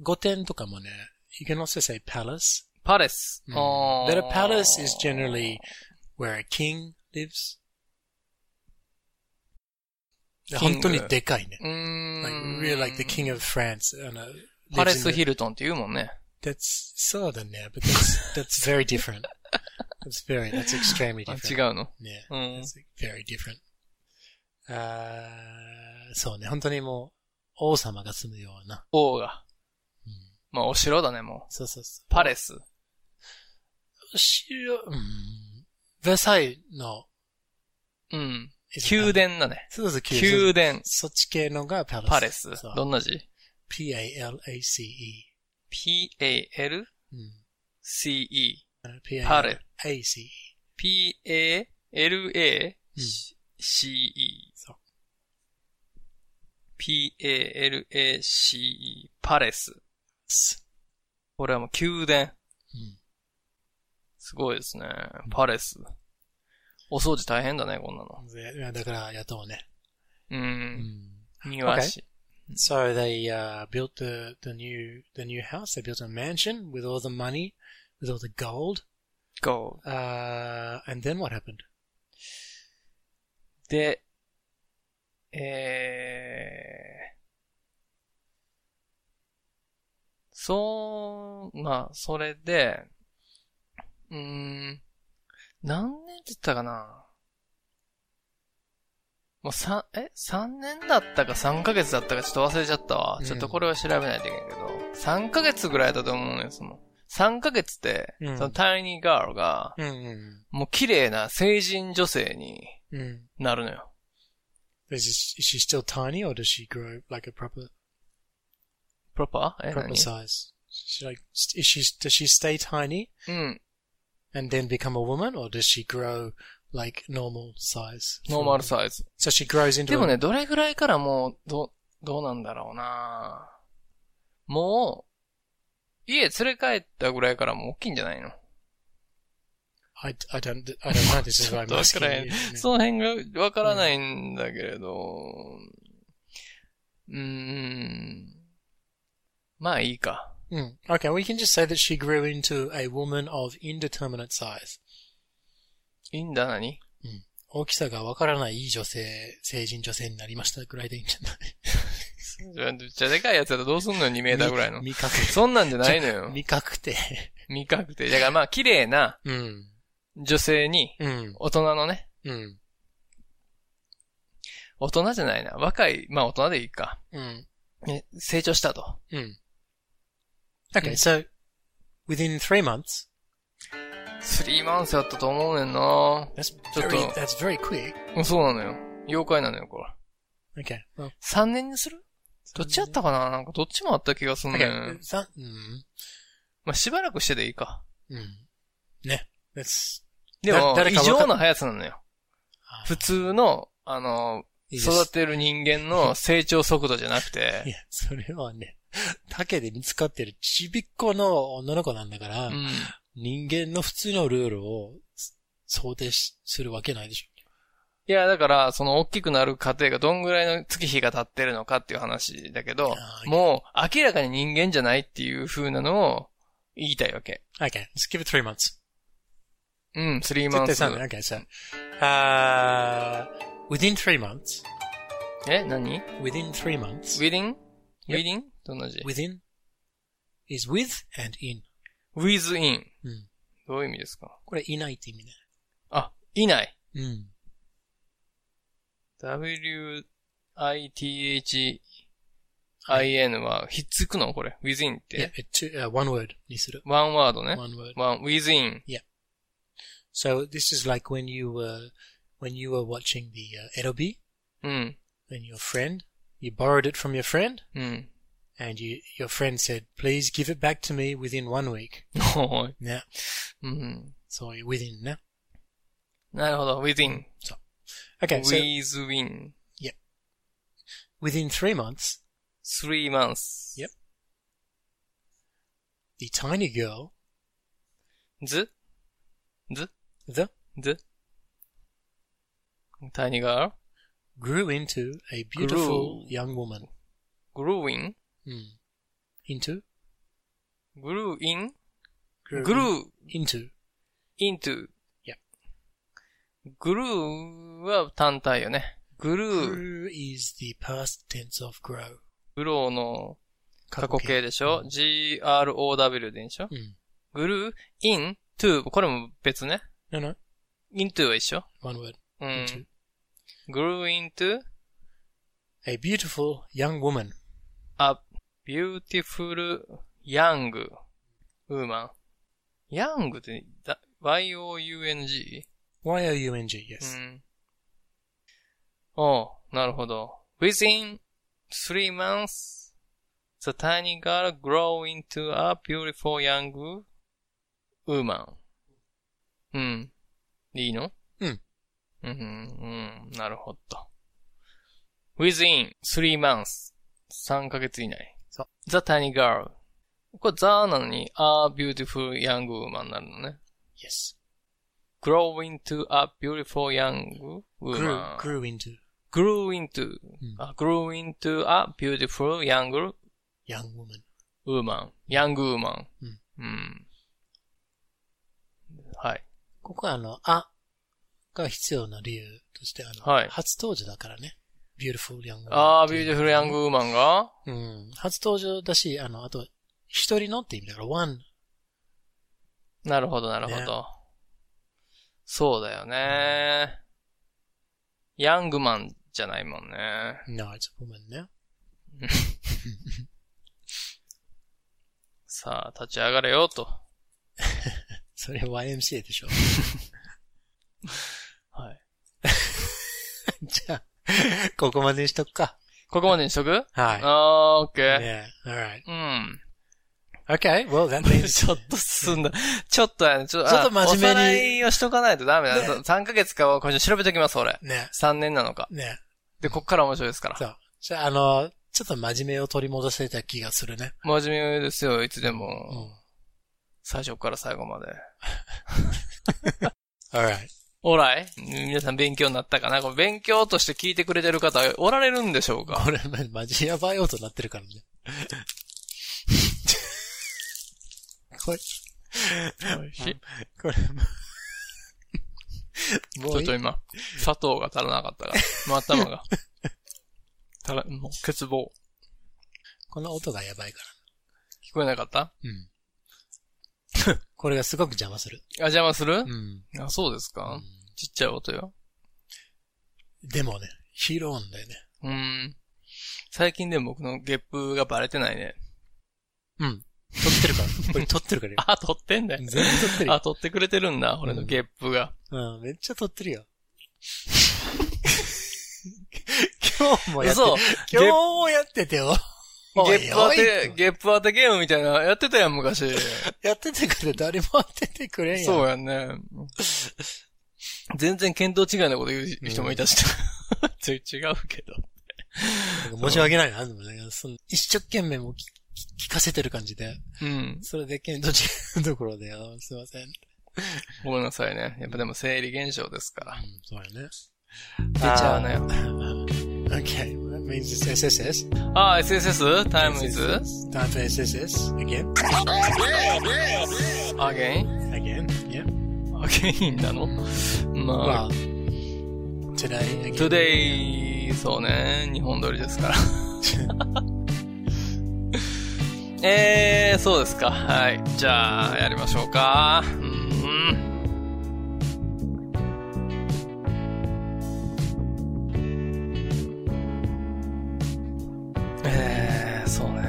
Speaker 6: 5点とかもね、you can also say palace.
Speaker 7: パレス。
Speaker 6: うん
Speaker 7: あー
Speaker 6: That a palace is generally where a king lives.
Speaker 7: ング
Speaker 6: 本当にでかいね。
Speaker 7: うーん。
Speaker 6: Like, really like the king of France. And, uh,
Speaker 7: パレス
Speaker 6: lives in
Speaker 7: ヒルトンって言うもんね。
Speaker 6: the- That's, そうだね。But that's, that's very different. That's very, that's extremely
Speaker 7: あ
Speaker 6: different.
Speaker 7: 違うの。
Speaker 6: ね。
Speaker 7: うん。
Speaker 6: That's very different. あーそうね。本当にもう、王様が住むような。
Speaker 7: 王が
Speaker 6: うん。
Speaker 7: まあ、お城だね、もう。
Speaker 6: そうそうそう。
Speaker 7: パレス。
Speaker 6: しうん。ヴェルサイユの、
Speaker 7: うん。宮。殿だね。
Speaker 6: そうそう、
Speaker 7: 宮
Speaker 6: 宮殿。
Speaker 7: 殿。
Speaker 6: そっち系のがパレス。
Speaker 7: パレス
Speaker 6: そう。
Speaker 7: どんな字
Speaker 6: P-A-L-A-C-E。
Speaker 7: ?p-a-l-c-e。
Speaker 6: うん。
Speaker 7: パレ
Speaker 6: P-A-L-A-C-E。うん
Speaker 7: p-a-l-a-c-e。
Speaker 6: そう
Speaker 7: p-a-l-a-c-e。パレス。これはもう宮殿。
Speaker 6: うん
Speaker 7: すごいですね。パレス。お掃除大変だね、こんなの。
Speaker 6: でだから、雇うね。
Speaker 7: う。
Speaker 6: うんん。
Speaker 7: 庭師。
Speaker 6: So they uh, built the, the new the new house. They built a mansion with all the money, with all the gold.
Speaker 7: Go.
Speaker 6: Uh, and then what happened?
Speaker 7: で、えー、そう、まあ、それで、うーん、何年って言ったかなもう三、え、三年だったか三ヶ月だったかちょっと忘れちゃったわ。
Speaker 6: うん
Speaker 7: ちょっとこれは調べないといけないけど、三ヶ月ぐらいだと思うのよ、その。三ヶ月って、
Speaker 6: うん
Speaker 7: そのタイニーガールが、
Speaker 6: うん
Speaker 7: もう綺麗な成人女性に
Speaker 6: うん。うん。
Speaker 7: なるのよ。
Speaker 6: Hmm. Is she, is she still tiny or does she grow like a proper
Speaker 7: プロパーえ
Speaker 6: proper size? She like st- is she does she stay tiny
Speaker 7: 何うん。
Speaker 6: and then become a woman or does she grow like normal size?
Speaker 7: ノーマルサイズ。
Speaker 6: So she grows into
Speaker 7: でも
Speaker 6: a,
Speaker 7: ね、どれぐらいからもう、ど、どうなんだろうなもう、家連れ帰ったぐらいからもう大きいんじゃないの
Speaker 6: I, I don't I don't know this is why I'm
Speaker 7: ち ょっと
Speaker 6: asking
Speaker 7: わからへ
Speaker 6: you.
Speaker 7: んその辺がわからないんだけれど、うーん。まあいいか。
Speaker 6: Mm. Okay, we can just say that she grew into a woman of indeterminate size.
Speaker 7: いいんだ、何
Speaker 6: 大きさがわからないいい女性、成人女性になりましたぐらいでいいんじゃ ない
Speaker 7: じゃあ、じゃあでかいやつだとどうすんのよ、2メーターぐらいの。
Speaker 6: 未確
Speaker 7: そんなんじゃないの よ。
Speaker 6: 未確定。
Speaker 7: 未確定。だからまあ、綺麗な
Speaker 6: うん。
Speaker 7: 女性に、
Speaker 6: うん。
Speaker 7: 大人のね、
Speaker 6: うん。
Speaker 7: 大人じゃないな。若い、まあ大人でいいか。
Speaker 6: うん。
Speaker 7: ね、成長したと。
Speaker 6: うん。Okay, so within three months,
Speaker 7: 3マンスやったと思うねんなも
Speaker 6: that's
Speaker 7: ちょっ
Speaker 6: very,
Speaker 7: と
Speaker 6: that's very quick.
Speaker 7: うそうなのよ。妖怪なのよ、これ。
Speaker 6: Okay, well,
Speaker 7: 3年にするどっちやったかななんかどっちもあった気がするね
Speaker 6: okay,
Speaker 7: ん。
Speaker 6: さうん、
Speaker 7: まあしばらくしてでいいか。
Speaker 6: うん。ね。That's,
Speaker 7: でも、
Speaker 6: だ誰
Speaker 7: 異
Speaker 6: かわか
Speaker 7: 常な速さなのよ。普通の、あの、
Speaker 6: いいです
Speaker 7: 育てる人間の 成長速度じゃなく
Speaker 6: い
Speaker 7: て、
Speaker 6: や、 それはね、竹で見つかってるちびっこの女の子なんだから、
Speaker 7: うん。
Speaker 6: 人間の普通のルールを想定しするわけないでし
Speaker 7: いや、だから、その大きくなる過程がどんぐらいの月日が経ってるのかっていう話だけど
Speaker 6: あ、ー
Speaker 7: もう明らかに人間じゃないっていう風なのを言いたいわけ。
Speaker 6: ょ。Okay, let's give it three months.
Speaker 7: うん、3
Speaker 6: 絶
Speaker 7: マン
Speaker 6: 対
Speaker 7: ス。
Speaker 6: 3年。Okay, so, uh, within three months,
Speaker 7: え何
Speaker 6: within three months,
Speaker 7: ?within?
Speaker 6: Yep.
Speaker 7: within? どんな字
Speaker 6: within is with and in.
Speaker 7: ?with in.
Speaker 6: うん
Speaker 7: どういう意味ですか
Speaker 6: これいないって意味ね。
Speaker 7: あ、いない。
Speaker 6: うん。
Speaker 7: w-i-t-h-i-n はひっつくのこれ。within っ
Speaker 6: いや
Speaker 7: て。、
Speaker 6: えっと、uh, one word にする。
Speaker 7: ワンワードね。
Speaker 6: one word.
Speaker 7: ワン、within.
Speaker 6: So this is like when you were, when you were watching the uh, Erobi
Speaker 7: うん。
Speaker 6: and your friend, you borrowed it from your friend
Speaker 7: うん。
Speaker 6: and you, your friend said, please give it back to me within one week.
Speaker 7: おい。
Speaker 6: ね。
Speaker 7: うん。
Speaker 6: そういう within ね。
Speaker 7: なるほど。within.
Speaker 6: Okay, so
Speaker 7: within.
Speaker 6: within three months,
Speaker 7: three months.
Speaker 6: Yep. the tiny girl,
Speaker 7: The? The?
Speaker 6: the,
Speaker 7: The? Tiny girl?
Speaker 6: grew into a beautiful young woman.
Speaker 7: Grew in?
Speaker 6: Mm. Into?
Speaker 7: Grew in?
Speaker 6: Grew,
Speaker 7: Grew
Speaker 6: into.
Speaker 7: into?
Speaker 6: Yep.
Speaker 7: Grew は単体よね。grew,
Speaker 6: Grew is the past tense of grow.
Speaker 7: grow の過去形でし
Speaker 6: う
Speaker 7: ょ
Speaker 6: ん
Speaker 7: ?grow でいいんでしょ
Speaker 6: うん。
Speaker 7: grew in to, これも別ね。
Speaker 6: No, no,
Speaker 7: into は一緒
Speaker 6: one word.
Speaker 7: う
Speaker 6: Into.
Speaker 7: ん。grew into
Speaker 6: A beautiful young woman.
Speaker 7: a beautiful young woman. young ってだ、y-o-u-n-g?
Speaker 6: Y-O-U-N-G,
Speaker 7: う
Speaker 6: yes.
Speaker 7: ん。おう、なるほど。within three months, the tiny girl grow into a beautiful young woman. うん。いいの
Speaker 6: うん。
Speaker 7: うん、うん、なるほど。within three months, 3ヶ月以内。
Speaker 6: そう。
Speaker 7: the tiny girl. これ the なのに a beautiful young woman になるのね。
Speaker 6: Yes.
Speaker 7: grow into a beautiful young
Speaker 6: Grew,
Speaker 7: woman.
Speaker 6: grew into
Speaker 7: Grew into,
Speaker 6: うん
Speaker 7: あ grew into a beautiful young
Speaker 6: young woman.
Speaker 7: woman. young woman.
Speaker 6: うん
Speaker 7: うんはい。
Speaker 6: ここはあの、あが必要な理由として、あの、
Speaker 7: はい
Speaker 6: 初登場だからね。beautiful young woman.
Speaker 7: ああ、beautiful young woman が
Speaker 6: うん。初登場だし、あの、あと、一人のって意味だから、one.
Speaker 7: なるほど、なるほ
Speaker 6: ね
Speaker 7: ど。そうだよね。ヤングマンじゃないもんね。
Speaker 6: No, it's a woman ね。
Speaker 7: さあ、立ち上がれよ、と。
Speaker 6: それ YMCA でし ょ。
Speaker 7: はい。
Speaker 6: じゃあ、ここまでにしとくか。
Speaker 7: ここまでにしとく
Speaker 6: は
Speaker 7: あー、
Speaker 6: い。
Speaker 7: OK。
Speaker 6: ね alright.
Speaker 7: うん。
Speaker 6: Okay, well, that means
Speaker 7: ちょっと進んだ。ちょっとやね、ちょっと、
Speaker 6: ちょっと
Speaker 7: あ
Speaker 6: 真
Speaker 7: おさ
Speaker 6: 面目に
Speaker 7: らいをしとかないとダメだ。
Speaker 6: ね
Speaker 7: 3ヶ月かはこれ調べておきます、俺。
Speaker 6: ね、
Speaker 7: 3年なのか。
Speaker 6: ね。
Speaker 7: で、こっから面白いですから。
Speaker 6: そう。じゃあ、あの、ちょっと真面目を取り戻せた気がするね。
Speaker 7: 真面目ですよ、いつで
Speaker 6: う
Speaker 7: も。
Speaker 6: ん。
Speaker 7: 最初から最後まで。
Speaker 6: alright.
Speaker 7: おらい皆さん勉強になったかなこれ勉強として聞いてくれてる方、おられるんでしょうか
Speaker 6: これ、マジやばい音なってるからね。これ、
Speaker 7: ち
Speaker 6: これ、も
Speaker 7: ょ
Speaker 6: う
Speaker 7: っ
Speaker 6: い
Speaker 7: と今、砂糖が足らなかったから。もう頭 が。足ら、もう、欠乏。
Speaker 6: この音がやばいか
Speaker 7: 聞こえなかったあ、
Speaker 6: ら。うん。これがすごく邪魔する。
Speaker 7: 邪魔する
Speaker 6: うん。
Speaker 7: あ、そうですかちっちゃい音よ。
Speaker 6: でもね、ヒロンだよね。
Speaker 7: うん。最近でも僕のゲップがバレてないね。
Speaker 6: うん。撮ってるから。 これ撮ってるからよ。
Speaker 7: あ、撮ってんだ
Speaker 6: 全
Speaker 7: よ。
Speaker 6: 然撮ってるよ
Speaker 7: あ、。撮ってくれてるんだ、俺のゲップが。
Speaker 6: うん、めっちゃ撮ってるよ。今日もやって、
Speaker 7: 嘘
Speaker 6: 今日もやっててよ。お
Speaker 7: ゲ
Speaker 6: い
Speaker 7: ップ当
Speaker 6: おい
Speaker 7: て
Speaker 6: と、
Speaker 7: ゲップ当てゲームみたいなのやってたやん、 昔。
Speaker 6: やっててくれ、誰も当ててくれんやん。
Speaker 7: そうやんね。全然見当違いなこと言う人もいたし、 ちょい違うけど。
Speaker 6: なんか申し訳ないな、でもね。その一生懸命もうきき聞かせてる感じで。
Speaker 7: うん。
Speaker 6: それで、けんど違うところで、あのすいません。うん、
Speaker 7: ごめんなさいね。やっぱでも生理現象ですから。
Speaker 6: そうやね。
Speaker 7: 出ちゃうね。
Speaker 6: Okay, that means it's SSS.
Speaker 7: あ、SSS? Time is?
Speaker 6: Time for SSS. Again,
Speaker 7: Again?
Speaker 6: again, yeah.
Speaker 7: Again なのまあ、
Speaker 6: Well, today, again.
Speaker 7: today、そうね。日本撮りですから。えー、そうですか。はい。じゃあ、やりましょうか。うん。えー、そうね。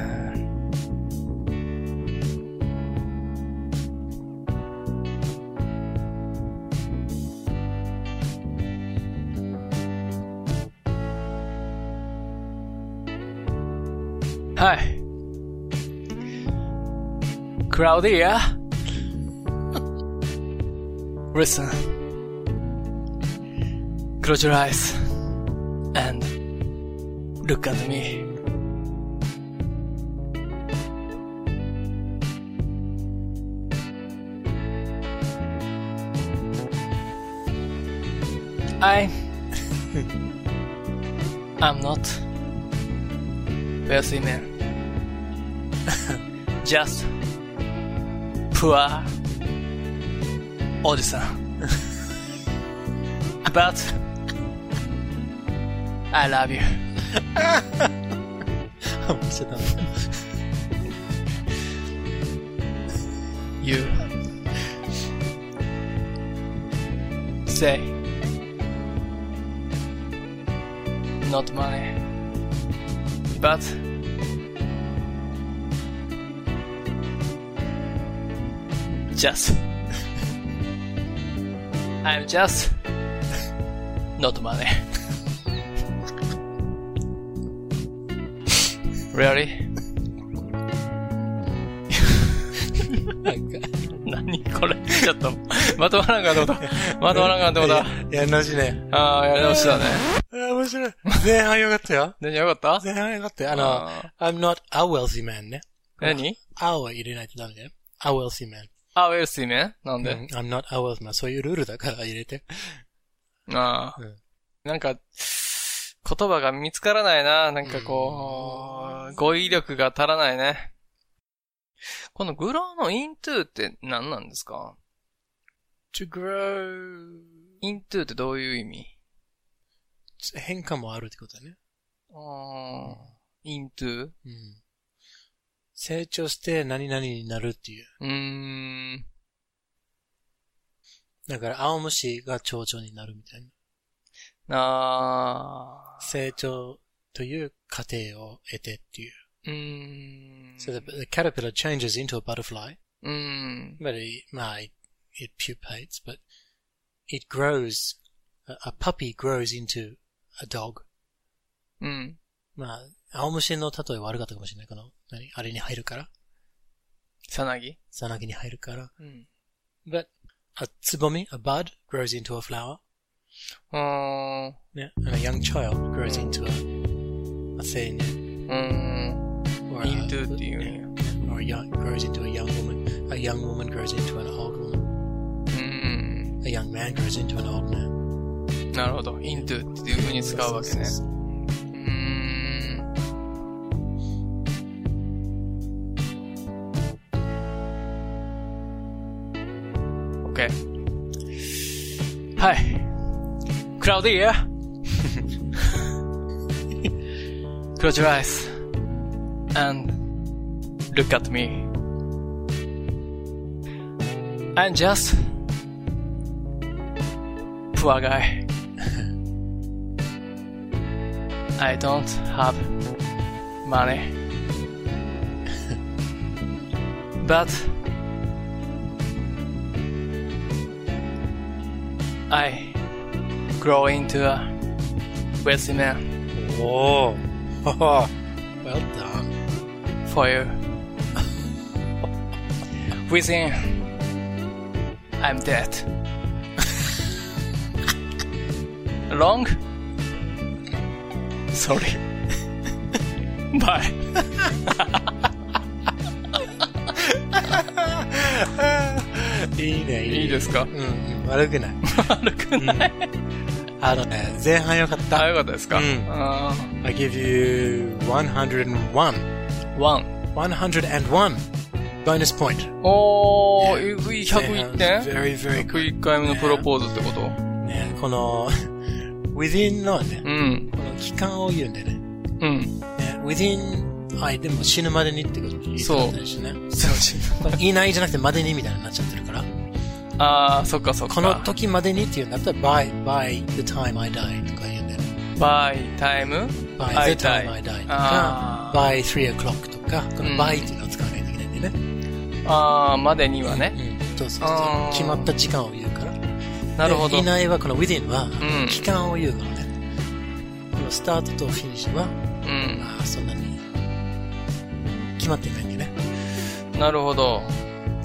Speaker 7: はい。クラウディア Listen. Close your eyes and look at me. I I'm not wealthy man. Just poor old son. but I love you.
Speaker 6: 見せたの
Speaker 7: You say not money, but just I'm just not money. really? 何これちょっと、まとまらんかったこと。まとまらんかったこ
Speaker 6: いや、なしね。
Speaker 7: と。ああ、やり直したね。
Speaker 6: あー面白い。前半よかったよ。
Speaker 7: 何よかった
Speaker 6: 前半よかったよ。あの、
Speaker 7: あ
Speaker 6: I'm not a wealthy man ね。
Speaker 7: ー何
Speaker 6: あは入れないとダメだよ。a wealthy man.
Speaker 7: あ、ウェルスイメンなん
Speaker 6: うん
Speaker 7: で
Speaker 6: I'm not a wealthy man. そういうルールだから入れて。
Speaker 7: ああ
Speaker 6: うん。
Speaker 7: なんか、言葉が見つからないな。なんかこう、語彙力が足らないね。このグローのイントゥーって何なんですか
Speaker 6: to grow
Speaker 7: イントゥーってどういう意味
Speaker 6: 変化もあるってことだね。
Speaker 7: ああ、イントゥー
Speaker 6: うん。成長して何々になるっていう。
Speaker 7: うーん。
Speaker 6: だから、青虫が蝶々になるみたいな。
Speaker 7: ああ。
Speaker 6: 成長という過程を得てっていう。
Speaker 7: うーん。
Speaker 6: So the, the caterpillar changes into a butterfly,
Speaker 7: うーん。
Speaker 6: but it, まあ it, it pupates, but it grows, a, a puppy grows into a dog.
Speaker 7: うん。
Speaker 6: まあ、青虫の例え悪かったかもしれないこの何あれに入るから
Speaker 7: さなぎ
Speaker 6: さなぎに入るから。
Speaker 7: うん。
Speaker 6: but a つぼみ a bud grows into a flower,
Speaker 7: うーん。
Speaker 6: ね、and a young child grows into a, a 青年
Speaker 7: うーん。
Speaker 6: or
Speaker 7: イント
Speaker 6: a,
Speaker 7: ゥっていうんや。
Speaker 6: or a young, grows into a young woman, a young woman grows into an old woman.
Speaker 7: うー
Speaker 6: A young man grows into an old man.
Speaker 7: ん。なるほど。イントゥっていう風に使うわけね。うーん。オッケー。はい。クラウディア Close your eyes and look at me. I'm just poor guy. I don't have money. but I grow into a wealthy man
Speaker 6: Whoa. well done.
Speaker 7: for you. Within, I'm dead. Long? Sorry. Bye.
Speaker 6: いいね、いいね。
Speaker 7: いいですか
Speaker 6: うん、うん悪くない。
Speaker 7: 悪くない。
Speaker 6: あのね、前半良かっ
Speaker 7: あ、
Speaker 6: た。
Speaker 7: よかったですか。
Speaker 6: うん
Speaker 7: あ
Speaker 6: I give you 101.
Speaker 7: ーワン。
Speaker 6: 101 bonus point.
Speaker 7: おー、えぐい101
Speaker 6: Yeah,
Speaker 7: 点
Speaker 6: very, very
Speaker 7: ?101
Speaker 6: good.
Speaker 7: 回目のプロポーズってこと
Speaker 6: ね、この、within のね、
Speaker 7: うん。
Speaker 6: この期間を言うんでね。
Speaker 7: うん。
Speaker 6: ね within, はい、でも死ぬまでにってこと言いたかったしね。
Speaker 7: そうし
Speaker 6: このいないじゃなくてまでにみたいになっちゃってるから。
Speaker 7: あー、そっかそっか。
Speaker 6: この時までにっていうんだったら、by, by the time I die とか言うんだよね。
Speaker 7: バイタイム
Speaker 6: by the
Speaker 7: I die
Speaker 6: time I die と
Speaker 7: あ
Speaker 6: か、by three o'clock とか、この
Speaker 7: うん
Speaker 6: by っていうのを使わないといけないんでね。
Speaker 7: あー、までにはね。
Speaker 6: うん、そうそうそ
Speaker 7: あー
Speaker 6: う。決まった時間を言うから。
Speaker 7: なるほ
Speaker 6: で
Speaker 7: ど
Speaker 6: い。ないは、この within は
Speaker 7: ん、
Speaker 6: 期間を言うからね。このスタートとフィニッシュは、
Speaker 7: うん。
Speaker 6: まあ、そんなに、決まってないんでね。
Speaker 7: なるほど。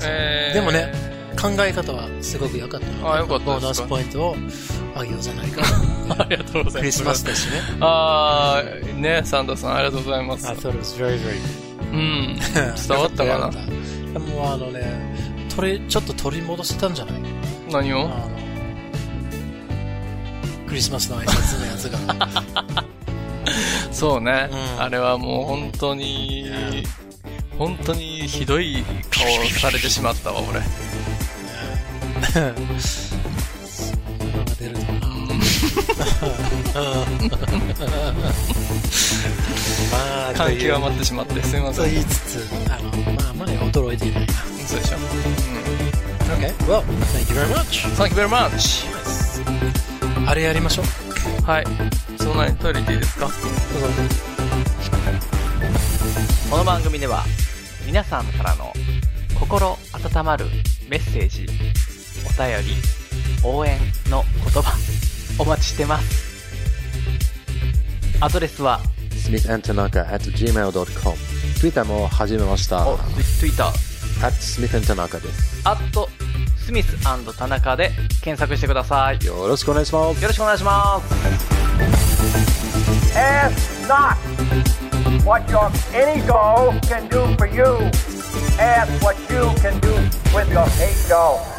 Speaker 7: えー。
Speaker 6: でもね、考え方はすごく良かったの
Speaker 7: あ良かった
Speaker 6: ボ
Speaker 7: ですか
Speaker 6: ーナスポイントをあげようじゃない か。
Speaker 7: ありがとうございます。
Speaker 6: クリスマス。だし ね。
Speaker 7: あー、ね、サンタさん、ありがとうございます。
Speaker 6: thought it was very, very
Speaker 7: うん。伝
Speaker 6: 伝
Speaker 7: わ ったか
Speaker 6: なもうあのね、取れ、ちょっと取り戻せたんじゃない
Speaker 7: な何
Speaker 6: あ
Speaker 7: を
Speaker 6: の、クリスマスの挨拶のやつが。
Speaker 7: そうね、
Speaker 6: うん
Speaker 7: あれはもう本当に、本当にひどい顔をされてしまったわ、俺。
Speaker 6: そんなのが出るのかな。まあ、
Speaker 7: 感極
Speaker 6: ま
Speaker 7: まってしまって、すいませ
Speaker 6: と
Speaker 7: ん。
Speaker 6: 言いつつ、あの、まあまあ驚いていないな。
Speaker 7: そうでしょ。うん。
Speaker 6: Okay, well, thank you very much.
Speaker 7: Thank you very much!
Speaker 6: あれやりましょう。
Speaker 7: はい。そんなにトイレ行っていいですか
Speaker 2: この番組では皆さんからの心温まるメッセージ、お便り、応援の言葉、お待ちしてます。アドレスは、
Speaker 8: smithandtanaka at gmail.com ツイッターも始めました
Speaker 2: お、ツイッター、
Speaker 8: at smithandtanaka です
Speaker 2: アット、スミス田中で検索してください。よ
Speaker 8: よろしくお願いします
Speaker 2: ろしくお願いします。
Speaker 4: Ask not what your any doll can do for you. Ask what you can do with your eight doll.